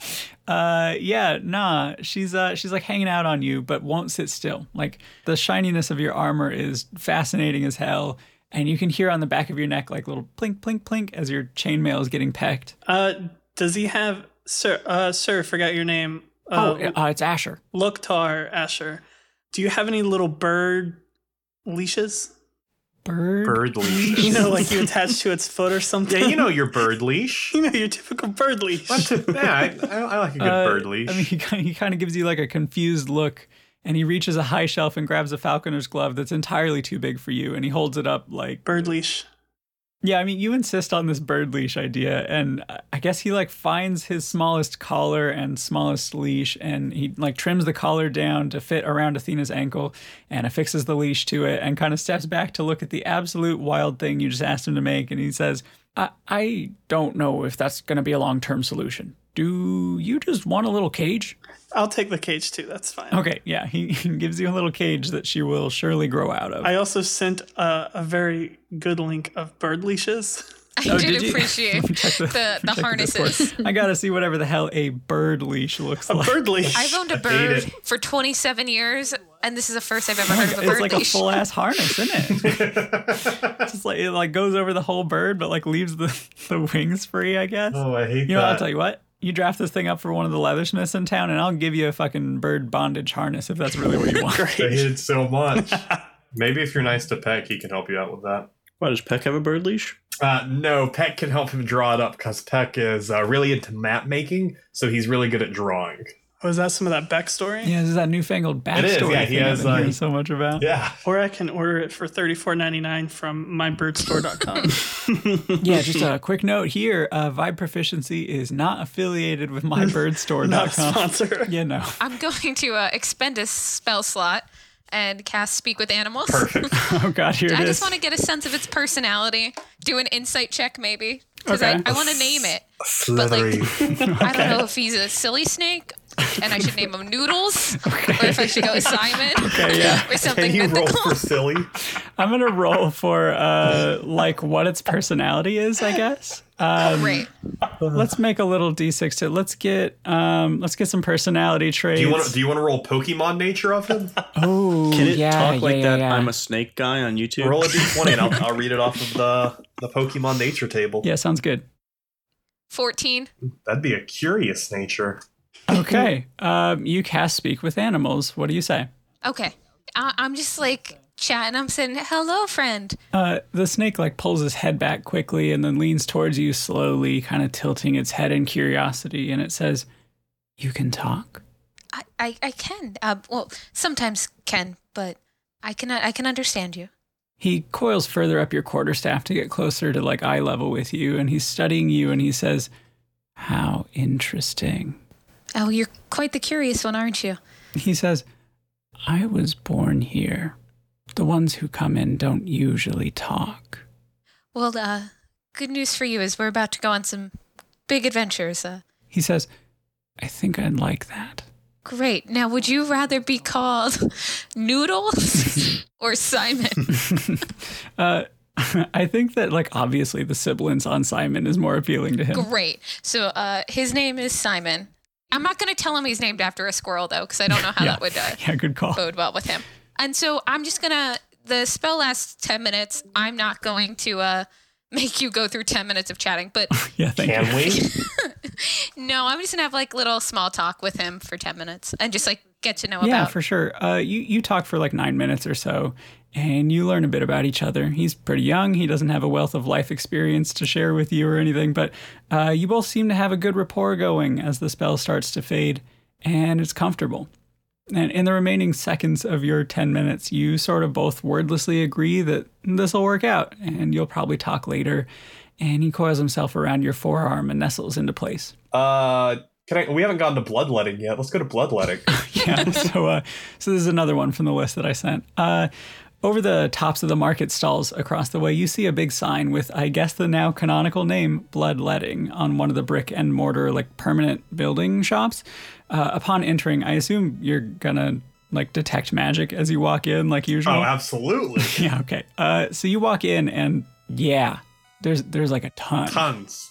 A: Uh, yeah, nah. She's uh, she's like hanging out on you, but won't sit still. Like the shininess of your armor is fascinating as hell, and you can hear on the back of your neck like little plink, plink, plink as your chainmail is getting pecked.
D: Uh, does he have Sir, uh, sir, forgot your name.
A: oh,
D: Uh,
A: uh, it's Asher.
D: Loktar Asher. Do you have any little bird leashes?
A: Bird.
C: Bird leash.
D: You know, like you attach to its foot or something.
C: yeah, you know your bird leash.
D: you know your typical bird leash.
C: What? yeah, I, I, I like a good
A: Uh,
C: bird leash.
A: I mean, he kind, of, he kind of gives you like a confused look, and he reaches a high shelf and grabs a falconer's glove that's entirely too big for you, and he holds it up like
D: Bird leash.
A: Yeah, I mean, you insist on this bird leash idea, and I- I guess he like finds his smallest collar and smallest leash, and he like trims the collar down to fit around Athena's ankle, and affixes the leash to it, and kind of steps back to look at the absolute wild thing you just asked him to make, and he says, "I, I don't know if that's going to be a long term solution. Do you just want a little cage?"
D: I'll take the cage too. That's fine.
A: Okay, yeah, he, he gives you a little cage that she will surely grow out of.
D: I also sent uh, a very good link of bird leashes.
B: I
A: Oh,
B: did,
A: did you?
B: appreciate
A: Check the-
B: the, the
A: check the
B: harnesses.
A: I gotta see whatever the hell a bird leash looks
D: A
A: like.
D: bird leash.
B: I've owned a
C: Hate
B: bird for 27 years, and this is the first I've ever heard of a
A: it's
B: bird
A: like
B: leash.
A: a full ass harness, isn't it? It's just like it like goes over the whole bird, but like leaves the, the wings free. I guess.
C: oh, I
A: you
C: hate
A: know,
C: that.
A: what, I'll tell you what. You draft this thing up for one of the leathersmiths in town, and I'll give you a fucking bird bondage harness if that's really what you want.
C: I hate it so much. Maybe if you're nice to Peck, he can help you out with that.
E: Why does Peck have a bird leash?
C: Uh, no, Peck can help him draw it up because Peck is uh, really into map making, so he's really good at drawing.
D: Was that some of that backstory?
A: yeah, this is that newfangled backstory.
C: It is, yeah, he
A: thing I've
C: has,
A: been hearing
C: uh,
A: so much about.
C: Yeah.
D: Or I can order it for thirty four ninety nine from mybirdstore.com.
A: Yeah, just a quick note here: uh, Vibe Proficiency is not affiliated with
D: Not a
A: mybirdstore.com.
D: sponsor.
A: yeah, no.
B: I'm going to uh, expend a spell slot and cast Speak with Animals.
C: Perfect.
A: Oh god, here it is.
B: I just want to get a sense of its personality. Do an insight check, maybe. Because
A: Okay.
B: I, I want to name it.
C: Slithery.
B: I don't know if he's a silly snake, and I should name him Noodles, or if I should go with Simon,
A: yeah.
B: or something
C: can you roll
B: mythical.
C: for silly?
A: I'm gonna roll for uh, like what its personality is, I guess. Uh,
B: Great.
A: Let's make a little d6 to let's get um let's get some personality traits.
C: Do you want to? Do you want to roll Pokemon nature of him?
A: oh,
E: Can it
A: yeah,
E: talk like
A: yeah,
E: that?
A: yeah.
E: I'm a snake guy on YouTube.
C: roll a d20, and I'll, I'll read it off of the the Pokemon nature table.
A: yeah, sounds good.
B: 14.
C: That'd be a curious nature.
A: Okay, um, you cast speak with animals. What do you say?
B: Okay. I, I'm just like chatting. I'm saying, hello, friend.
A: Uh, the snake like pulls his head back quickly and then leans towards you slowly, kind of tilting its head in curiosity, and it says, "You can talk."
B: I, I, I can. Uh, well, sometimes can, but I can, I can understand you.
A: He coils further up your quarterstaff to get closer to like eye level with you, and he's studying you, and he says, "How interesting."
B: Oh, you're quite the curious one, aren't you?
A: He says, I was born here. The ones who come in don't usually talk.
B: Well, uh, good news for you is we're about to go on some big adventures. Uh,
A: He says, I think I'd like that.
B: great. Now, would you rather be called Noodles or Simon?
A: Uh, I think that, like, obviously the sibilance on Simon is more appealing to him.
B: great. So, uh, his name is Simon. I'm not going to tell him he's named after a squirrel, though, because I don't know how
A: Yeah.
B: that would uh,
A: Yeah, good call.
B: bode well with him. And so, I'm just going to, the spell lasts 10 minutes. I'm not going to uh, make you go through 10 minutes of chatting, but
A: Yeah, thank you.
C: Can we?
B: no, I'm just going to have like little small talk with him for 10 minutes and just like get to know
A: Yeah,
B: about
A: for sure. Uh, you, you talk for like nine minutes or so, and you learn a bit about each other. He's pretty young. He doesn't have a wealth of life experience to share with you or anything, but uh, you both seem to have a good rapport going as the spell starts to fade, and it's comfortable. And in the remaining seconds of your 10 minutes, you sort of both wordlessly agree that this will work out, and you'll probably talk later. And he coils himself around your forearm and nestles into place.
C: Uh, can I? We haven't gotten to bloodletting yet. Let's go to bloodletting.
A: yeah. So, uh, so this is another one from the list that I sent. Uh, over the tops of the market stalls across the way, you see a big sign with, I guess, the now canonical name Bloodletting on one of the brick and mortar, like permanent building shops. Uh, upon entering, I assume you're gonna like detect magic as you walk in, like usual.
C: oh, absolutely.
A: yeah. Okay. Uh, so you walk in, and yeah, there's there's like a ton.
C: Tons.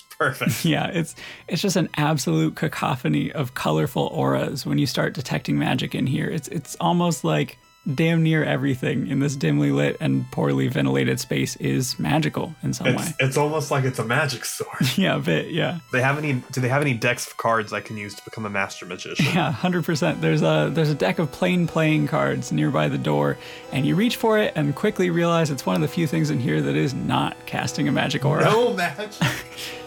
C: Perfect.
A: Yeah, it's it's just an absolute cacophony of colorful auras when you start detecting magic in here. It's it's almost like damn near everything in this dimly lit and poorly ventilated space is magical in some
C: It's
A: way.
C: it's almost like it's a magic sword.
A: Yeah, a bit. Yeah,
C: they have any? Do they have any decks of cards I can use to become a master magician?
A: yeah, hundred percent. There's a there's a deck of plain playing cards nearby the door, and you reach for it and quickly realize it's one of the few things in here that is not casting a magic aura.
C: No magic.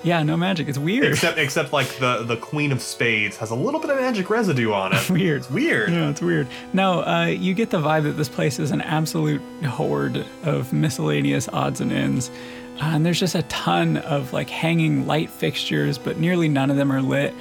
A: Yeah, no magic. It's weird.
C: except except like the the Queen of Spades has a little bit of magic residue on it.
A: weird.
C: It's weird.
A: Yeah, it's weird. No, uh, you get the vibe that this place is an absolute hoard of miscellaneous odds and ends. Uh, and there's just a ton of like hanging light fixtures, but nearly none of them are lit.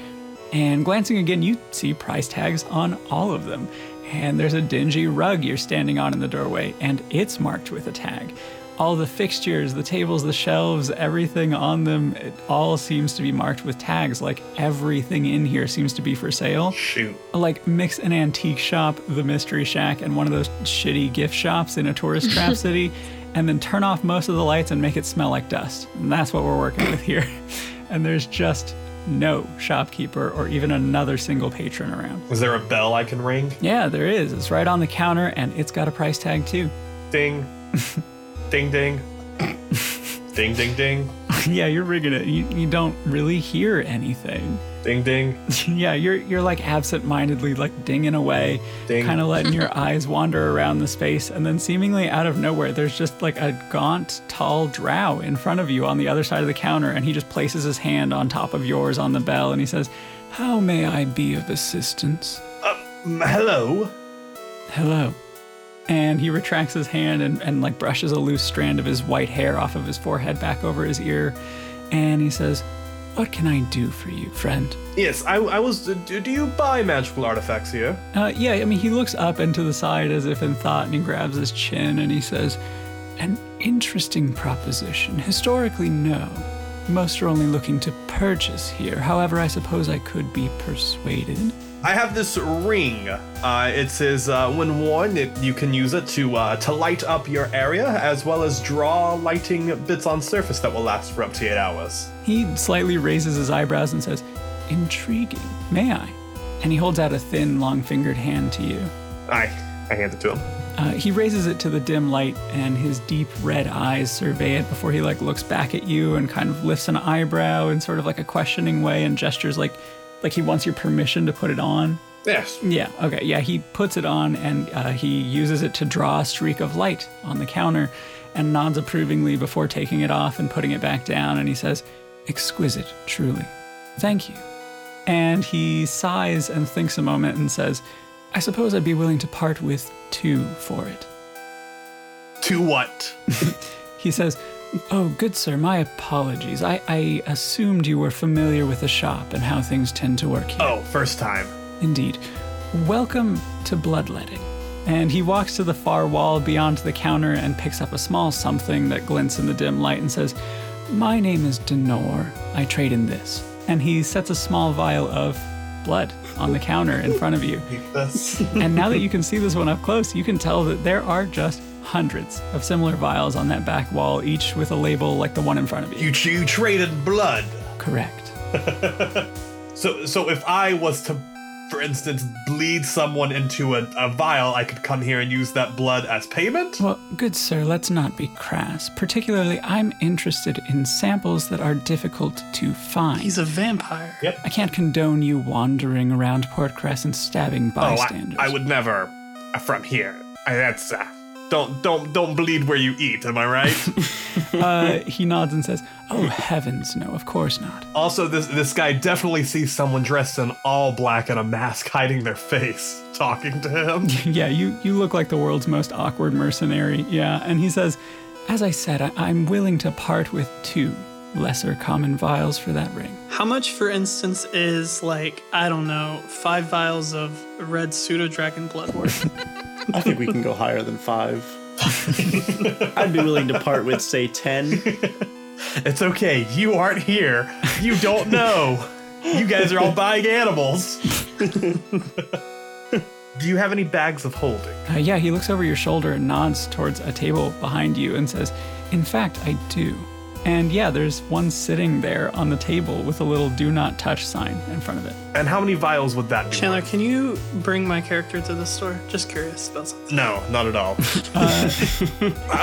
A: And glancing again, you see price tags on all of them. And there's a dingy rug you're standing on in the doorway, and it's marked with a tag. All the fixtures, the tables, the shelves, everything on them, it all seems to be marked with tags. Like everything in here seems to be for sale
C: Shoot.
A: like mix an antique shop, the mystery shack, and one of those shitty gift shops in a tourist trap city, and then turn off most of the lights and make it smell like dust. And that's what we're working with here. And there's just no shopkeeper or even another single patron around.
C: Is there a bell I can ring?
A: Yeah, there is. It's right on the counter and it's got a price tag too.
C: Ding. ding ding. ding ding ding.
A: yeah, you're rigging it. You, you don't really hear anything.
C: Ding ding.
A: yeah, you're you're like absent-mindedly like dinging away,
C: Ding.
A: kind of letting your eyes wander around the space, and then seemingly out of nowhere, there's just like a gaunt, tall drow in front of you on the other side of the counter, and he just places his hand on top of yours on the bell, and he says, "How may I be of assistance?"
C: Mm, Hello.
A: Hello. And he retracts his hand and, and like brushes a loose strand of his white hair off of his forehead back over his ear, and he says, "What can I do for you, friend?"
C: Yes, I, I was. Do, do you buy magical artifacts here?
A: Uh, yeah, I mean, he looks up and to the side as if in thought and he grabs his chin and he says, An interesting proposition. Historically, no. Most are only looking to purchase here. However, I suppose I could be persuaded.
C: I have this ring. Uh, it says uh, when worn, it, you can use it to uh, to light up your area as well as draw lighting bits on surface that will last for up to eight hours.
A: He slightly raises his eyebrows and says, Intriguing. May I? And he holds out a thin, long fingered hand to you.
C: I I hand it to him.
A: Uh, he raises it to the dim light, and his deep red eyes survey it before he like looks back at you and kind of lifts an eyebrow in sort of like a questioning way and gestures like, like he wants your permission to put it on.
C: Yes.
A: Yeah. Okay. Yeah. He puts it on and uh, he uses it to draw a streak of light on the counter, and nods approvingly before taking it off and putting it back down. And he says, "Exquisite, truly. Thank you." And he sighs and thinks a moment and says, "I suppose I'd be willing to part with two for it."
C: To what?
A: He says, Oh, good sir, my apologies. I, I assumed you were familiar with the shop and how things tend to work here.
C: Oh, first time.
A: Indeed. Welcome to bloodletting. And he walks to the far wall beyond the counter and picks up a small something that glints in the dim light and says, My name is Denor. I trade in this. And he sets a small vial of blood on the counter in front of you.
C: That's
A: And now that you can see this one up close, you can tell that there are just hundreds of similar vials on that back wall, each with a label like the one in front of you.
C: you. You traded blood.
A: Correct.
C: So so if I was to, for instance, bleed someone into a, a vial, I could come here and use that blood as payment.
A: Well, good sir, let's not be crass. Particularly, I'm interested in samples that are difficult to find.
D: He's a vampire.
C: Yep.
A: I can't condone you wandering around Port Crest and stabbing
C: Oh,
A: bystanders.
C: I, I would never uh, from here. I, that's uh, don't don't don't bleed where you eat. Am I right?
A: uh, he nods and says, Oh, heavens, no, of course not.
C: also, this this guy definitely sees someone dressed in all black and a mask hiding their face talking to him.
A: yeah, you, you look like the world's most awkward mercenary. Yeah. And he says, As I said, I, I'm willing to part with two lesser common vials for that ring.
D: How much, for instance, is like I don't know, five vials of red pseudo dragon blood worth?
E: I think we can go higher than five. I'd be willing to part with, say, 10.
C: It's okay. You aren't here. You don't know. you guys are all buying animals. Do you have any bags of holding?
A: Uh, yeah, he looks over your shoulder and nods towards a table behind you and says, In fact, I do. And yeah, there's one sitting there on the table with a little do not touch sign in front of it.
C: And how many vials would that be?
D: Chandler, can you bring my character to the store? Just curious about something.
C: No, not at all. uh,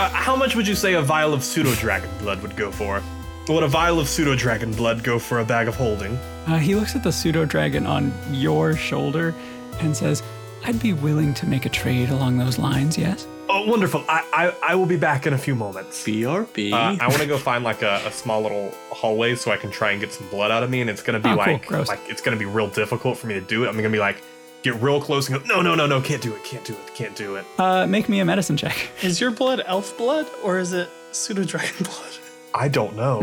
C: how much would you say a vial of pseudo dragon blood would go for? Would a vial of pseudo dragon blood go for a bag of holding?
A: Uh, he looks at the pseudo dragon on your shoulder and says, I'd be willing to make a trade along those lines, yes?
C: Oh, wonderful. I, I, I will be back in a few moments.
E: BRB.
C: Uh, I want to go find like a, a small little hallway so I can try and get some blood out of me, and it's gonna be
A: Oh, cool.
C: like,
A: Gross.
C: like it's gonna be real difficult for me to do it. I'm gonna be like, get real close and go, no, no, no, no, can't do it, can't do it, can't do it.
A: Uh, make me a medicine check.
D: Is your blood elf blood or is it pseudo dragon blood?
C: I don't know.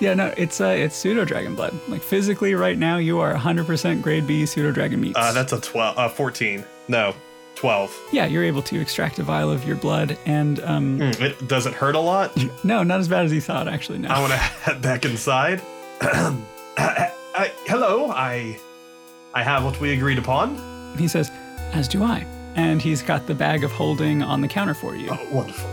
A: yeah, no, it's uh, it's pseudo dragon blood. Like physically, right now, you are 100% grade B pseudo dragon meats.
C: uh, that's a twelve, uh, fourteen. No, twelve.
A: yeah, you're able to extract a vial of your blood, and um,
C: Hmm, It does it hurt a lot.
A: no, not as bad as he thought, actually. No.
C: I want to head back inside. uh, uh, hello, I, I have what we agreed upon.
A: He says, as do I. And he's got the bag of holding on the counter for you.
C: Oh, wonderful.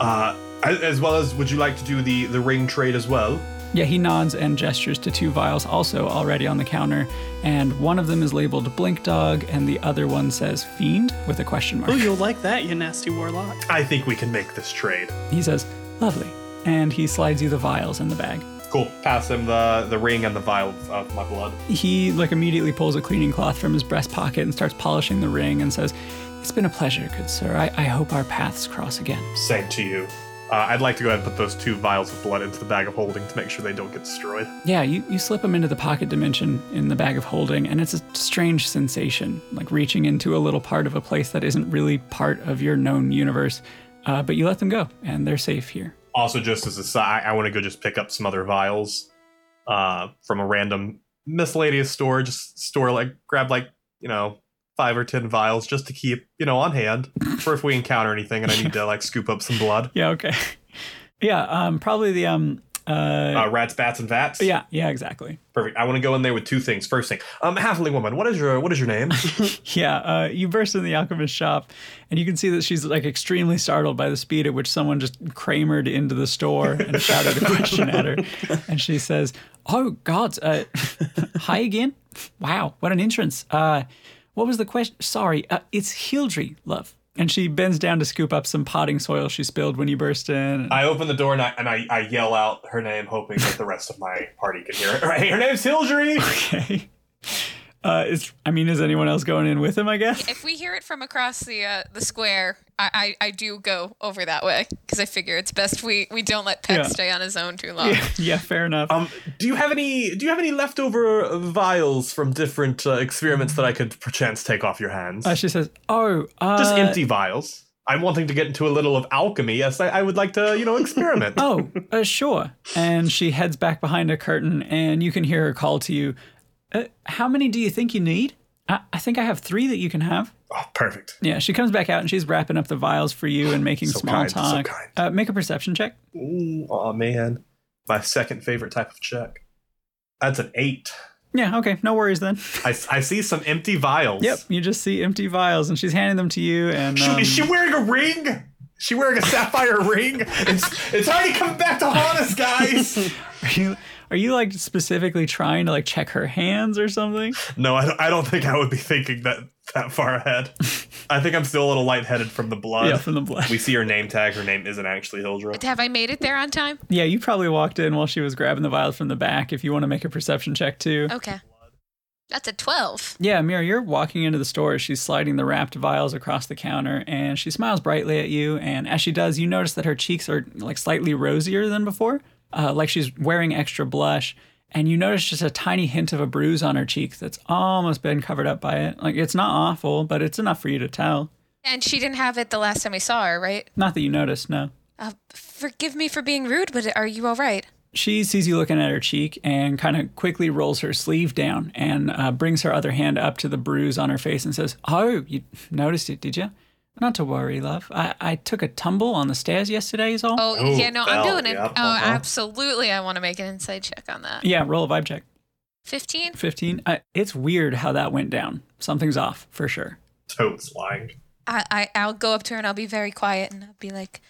C: Uh, as, as well as, would you like to do the the ring trade as well?
A: Yeah, he nods and gestures to two vials also already on the counter, and one of them is labeled Blink Dog, and the other one says Fiend with a question mark.
D: Oh, you'll like that, you nasty warlock.
C: I think we can make this trade.
A: He says, lovely. And he slides you the vials in the bag.
C: Cool. Pass him the the ring and the vial of- of my blood.
A: He like immediately pulls a cleaning cloth from his breast pocket and starts polishing the ring and says, It's been a pleasure, good sir. I, I hope our paths cross again.
C: Same to you. Uh, I'd like to go ahead and put those two vials of blood into the bag of holding to make sure they don't get destroyed.
A: Yeah, you, you slip them into the pocket dimension in the bag of holding, and it's a strange sensation, like reaching into a little part of a place that isn't really part of your known universe. Uh, but you let them go, and they're safe here.
C: Also, just as a side, I want to go just pick up some other vials uh, from a random miscellaneous store. Just store like grab like you know five or ten vials just to keep you know on hand for if we encounter anything and I need to like scoop up some blood.
A: Yeah, okay. yeah, um, probably the um, uh,
C: Uh, rats, bats, and vats.
A: yeah, yeah, exactly.
C: perfect. I want to go in there with two things. First thing, um, halfling woman, what is your what is your name?
A: Yeah, uh, you burst in the alchemist shop, and you can see that she's like extremely startled by the speed at which someone just cramered into the store and shouted a question at her. And she says, "Oh God, uh, hi again! Wow, what an entrance! Uh, what was the question? Sorry, uh, it's Hildry, love." And she bends down to scoop up some potting soil she spilled when you burst in. And,
C: I open the door and I and I, I yell out her name, hoping that the rest of my party can hear it. Right, her name's Hildry.
A: okay. Uh, is, I mean, is anyone else going in with him? I guess.
B: If we hear it from across the uh, the square, I, I I do go over that way because I figure it's best we we don't let Peck
A: Yeah.
B: stay on his own too long.
A: yeah, fair enough.
C: Um, do you have any do you have any leftover vials from different uh, experiments that I could perchance take off your hands?
A: Uh, she says, "Oh, uh,
C: Just empty vials. I'm wanting to get into a little of alchemy. Yes, I, I would like to, you know, experiment.
A: Oh, uh, sure. And she heads back behind a curtain, and you can hear her call to you. Uh, how many do you think you need? I, I think I have three that you can have.
C: Oh, perfect.
A: Yeah, she comes back out and she's wrapping up the vials for you and making
C: So
A: small
C: kind, so
A: talk.
C: kind.
A: Uh, make a perception check.
C: Ooh, oh man, my second favorite type of check. That's an eight.
A: Yeah, okay, no worries then.
C: I, s- I see some empty vials.
A: Yep, you just see empty vials, and she's handing them to you. And
C: She,
A: um,
C: is she wearing a ring? Is She wearing a sapphire ring? It's it's already come back to haunt us, guys.
A: are you are you like specifically trying to like check her hands or something?
C: no, I don't, I don't think I would be thinking that that far ahead. I think I'm still a little lightheaded from the blood.
A: yeah, from the blood.
C: We see her name tag. Her name isn't actually Hildra.
B: Have I made it there on time?
A: yeah, you probably walked in while she was grabbing the vials from the back. If you want to make a perception check too.
B: Okay, that's a twelve.
A: Yeah, Mira, you're walking into the store. She's sliding the wrapped vials across the counter and she smiles brightly at you. And as she does, you notice that her cheeks are like slightly rosier than before, uh, like she's wearing extra blush. And you notice just a tiny hint of a bruise on her cheek that's almost been covered up by it. Like it's not awful, but it's enough for you to tell.
B: And she didn't have it the last time we saw her, right?
A: Not that you noticed, no.
B: Uh, forgive me for being rude, but are you all right?
A: She sees you looking at her cheek and kind of quickly rolls her sleeve down and uh, brings her other hand up to the bruise on her face and says, Oh, you noticed it, did you? Not to worry, love. I, I took a tumble on the stairs yesterday, is all.
B: Oh,
C: Oh,
B: yeah, no,
C: fell,
B: I'm doing it.
C: yep,
B: Oh,
C: uh-huh.
B: absolutely. I want to make an inside check on that.
A: Yeah, roll a vibe check.
B: 15?
A: 15. I, it's weird how that went down. Something's off, for sure.
C: Toad's lying.
B: I, I, I'll go up to her and I'll be very quiet and I'll be like,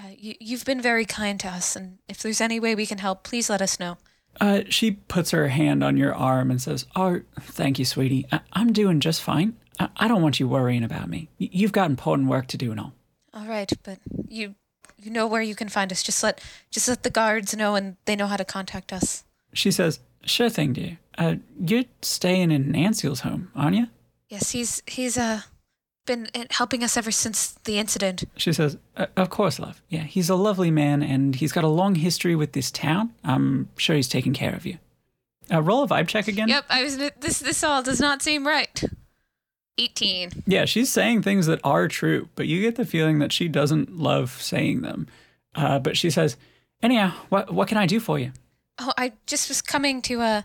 B: Uh, you, you've been very kind to us, and if there's any way we can help, please let us know.
A: Uh, she puts her hand on your arm and says, Oh, thank you, sweetie. I- I'm doing just fine. I-, I don't want you worrying about me. Y- you've got important work to do and all.
B: All right, but you you know where you can find us. Just let just let the guards know, and they know how to contact us.
A: She says, Sure thing, dear. Uh, you're staying in Nancy's home, aren't you?
B: Yes, he's he's uh been uh, helping us ever since the incident.
A: She says, "Uh, Of course, love. Yeah, he's a lovely man and he's got a long history with this town. I'm sure he's taking care of you. Uh, roll a vibe check again.
B: Yep, I was. This this all does not seem right. Eighteen.
A: Yeah, she's saying things that are true, but you get the feeling that she doesn't love saying them. Uh, but she says, Anyhow, what, what can I do for you?
B: Oh, I just was coming to uh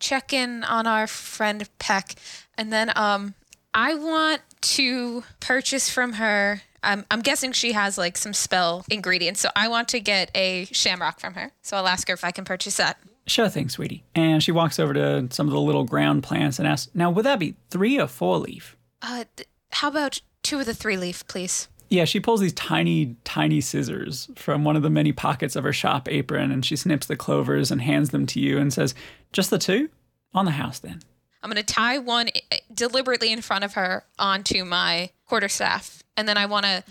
B: check in on our friend Peck, and then um I want to purchase from her. I'm I'm guessing she has like some spell ingredients, so I want to get a shamrock from her. So I'll ask her if I can purchase that.
A: Sure thing, sweetie. And she walks over to some of the little ground plants and asks, Now, would that be three or four leaf?
B: Uh, th- how about two of the three leaf, please?
A: Yeah, she pulls these tiny, tiny scissors from one of the many pockets of her shop apron and she snips the clovers and hands them to you and says, Just the two? On the house then.
B: I'm gonna tie one i- deliberately in front of her onto my quarterstaff, and then I want to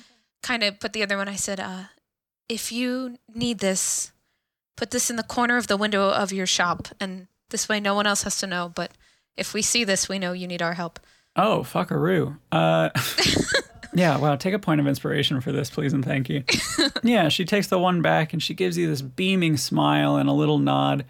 B: kind of put the other one. I said, uh, "If you need this, put this in the corner of the window of your shop, and this way no one else has to know. But if we see this, we know you need our help."
A: Oh, fuckaroo. Uh, yeah, wow. Take a point of inspiration for this, please, and thank you. yeah, she takes the one back and she gives you this beaming smile and a little nod,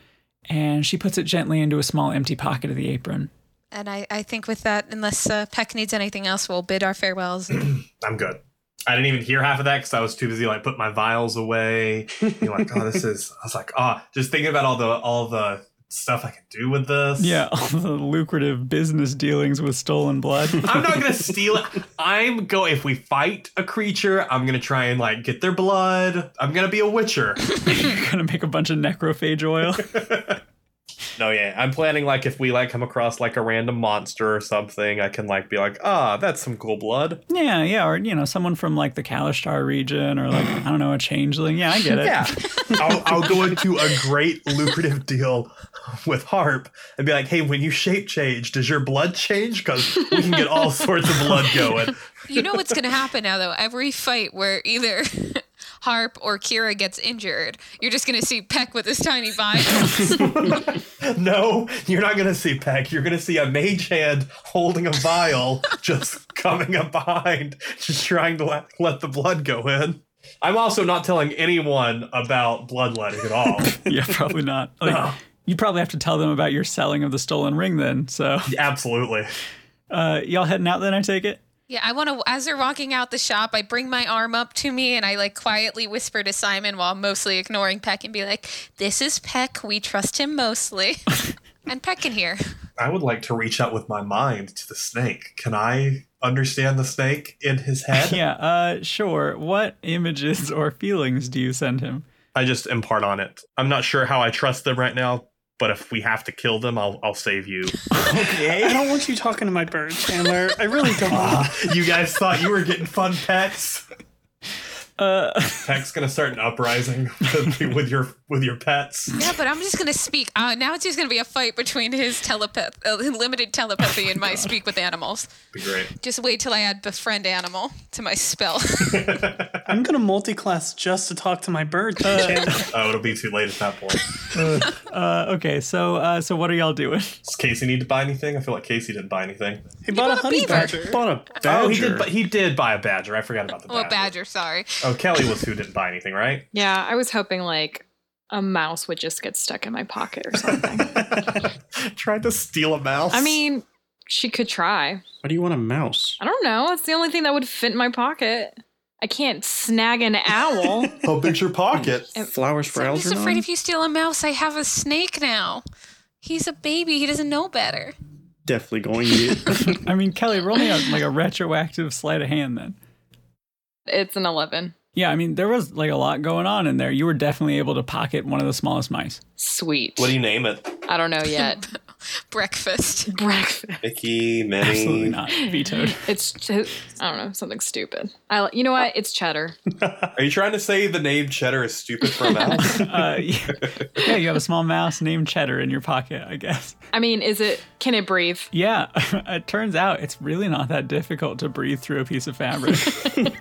A: and she puts it gently into a small empty pocket of the apron.
B: And I, I think with that, unless uh, Peck needs anything else, we'll bid our farewells.
C: I'm good. I didn't even hear half of that because I was too busy like put my vials away. You're like, oh, this is. I was like, ah, just thinking about all the all the stuff I can do with this.
A: Yeah, all the lucrative business dealings with stolen blood.
C: I'm not gonna steal it. I'm go. If we fight a creature, I'm gonna try and like get their blood. I'm gonna be a witcher.
A: You're gonna make a bunch of necrophage oil.
C: no, yeah. I'm planning like if we like come across like a random monster or something, I can like be like, ah, that's some cool blood.
A: Yeah, yeah, or you know, someone from like the Kalishtar region, or like I don't know, a changeling. Yeah, I get it.
C: Yeah, I'll, I'll go into a great lucrative deal with Harp and be like, hey, when you shape change, does your blood change? Because we can get all sorts of blood going.
B: you know what's gonna happen now, though. Every fight where either Harp or Kira gets injured, you're just gonna see Peck with his tiny vial.
C: No, you're not gonna see Peck. You're gonna see a mage hand holding a vial, just coming up behind, just trying to let, let the blood go in. I'm also not telling anyone about bloodletting at all.
A: yeah, probably not. Like,
C: No.
A: You probably have to tell them about your selling of the stolen ring then. So,
C: Absolutely.
A: uh, y'all heading out then? I take it.
B: Yeah, I want to. As they're walking out the shop, I bring my arm up to me and I like quietly whisper to Simon while mostly ignoring Peck and be like, "This is Peck. We trust him mostly." and Peck can hear.
C: I would like to reach out with my mind to the snake. Can I understand the snake in his head?
A: Yeah, uh, sure. What images or feelings do you send him?
C: I just impart on it. I'm not sure how I trust them right now, but if we have to kill them, I'll I'll save you.
D: I don't want you talking to my bird, Chandler. I really don't.
C: Ah, you guys thought you were getting fun pets.
A: Uh,
C: Peck's gonna start an uprising with, with your with your pets.
B: Yeah, but I'm just gonna speak. Uh, now it's just gonna be a fight between his telepath, uh, limited telepathy, and my speak with animals.
C: Be great.
B: Just wait till I add befriend animal to my spell.
D: I'm gonna multi-class just to talk to my bird. Chandler.
C: Oh, it'll be too late at that point.
A: uh, okay, so uh, so what are y'all doing?
C: Does Casey need to buy anything? I feel like Casey didn't buy anything.
D: He bought a
B: bought a
D: honey
B: beaver.
D: badger.
E: Bought a badger.
C: Oh, he did. bu- He did buy a badger. I forgot about the
B: oh,
C: badger.
B: a badger. Sorry.
C: Oh, Kelly was who didn't buy anything, right?
F: Yeah, I was hoping like a mouse would just get stuck in my pocket or something.
C: Tried to steal a mouse.
F: I mean, she could try.
E: Why do you want a mouse?
F: I don't know. It's the only thing that would fit in my pocket. I can't snag an owl.
C: how big's your pocket?
E: Flowers for
B: I'm just
E: Algernon?
B: afraid if you steal a mouse, I have a snake now. He's a baby. He doesn't know better.
E: Definitely going to get
A: I mean, Kelly, roll me a, like a retroactive sleight of hand then.
F: it's an 11.
A: Yeah, I mean, there was like a lot going on in there. You were definitely able to pocket one of the smallest mice.
F: Sweet.
C: What do you name it?
F: I don't know yet.
B: Breakfast.
F: Breakfast.
G: Mickey, Minnie.
C: Mm.
A: Absolutely not. Vetoed.
F: It's I don't know something stupid. I you know what? It's cheddar.
G: Are you trying to say the name Cheddar is stupid for a mouse?
A: Uh, yeah. yeah, you have a small mouse named Cheddar in your pocket, I guess.
F: I mean, is it? Can it breathe?
A: Yeah, it turns out it's really not that difficult to breathe through a piece of fabric.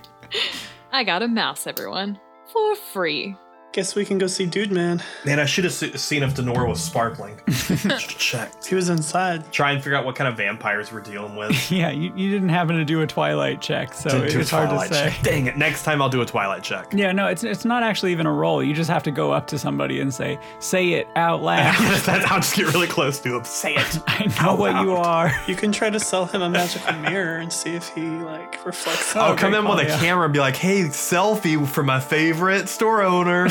F: I got a mouse, everyone, for free.
D: Guess we can go see Dude Man.
C: Man, I should have se- seen if Denora was sparkling. Should've checked.
D: He was inside.
C: Try and figure out what kind of vampires we're dealing with.
A: yeah, you, you didn't happen to do a Twilight check, so
C: Didn't do a
A: it's hard to
C: Twilight
A: say.
C: check. Dang it! Next time I'll do a Twilight check.
A: Yeah, no, it's it's not actually even a roll. You just have to go up to somebody and say, "Say it out loud."
C: I'll just get really close to him. Say it.
A: I know what you are.
D: You can try to sell him a magical mirror and see if he like reflects.
A: Oh,
D: on
C: I'll
A: okay,
D: it.
C: come in
A: cool,
C: with a
A: yeah.
C: camera and be like, "Hey, selfie for my favorite store owner."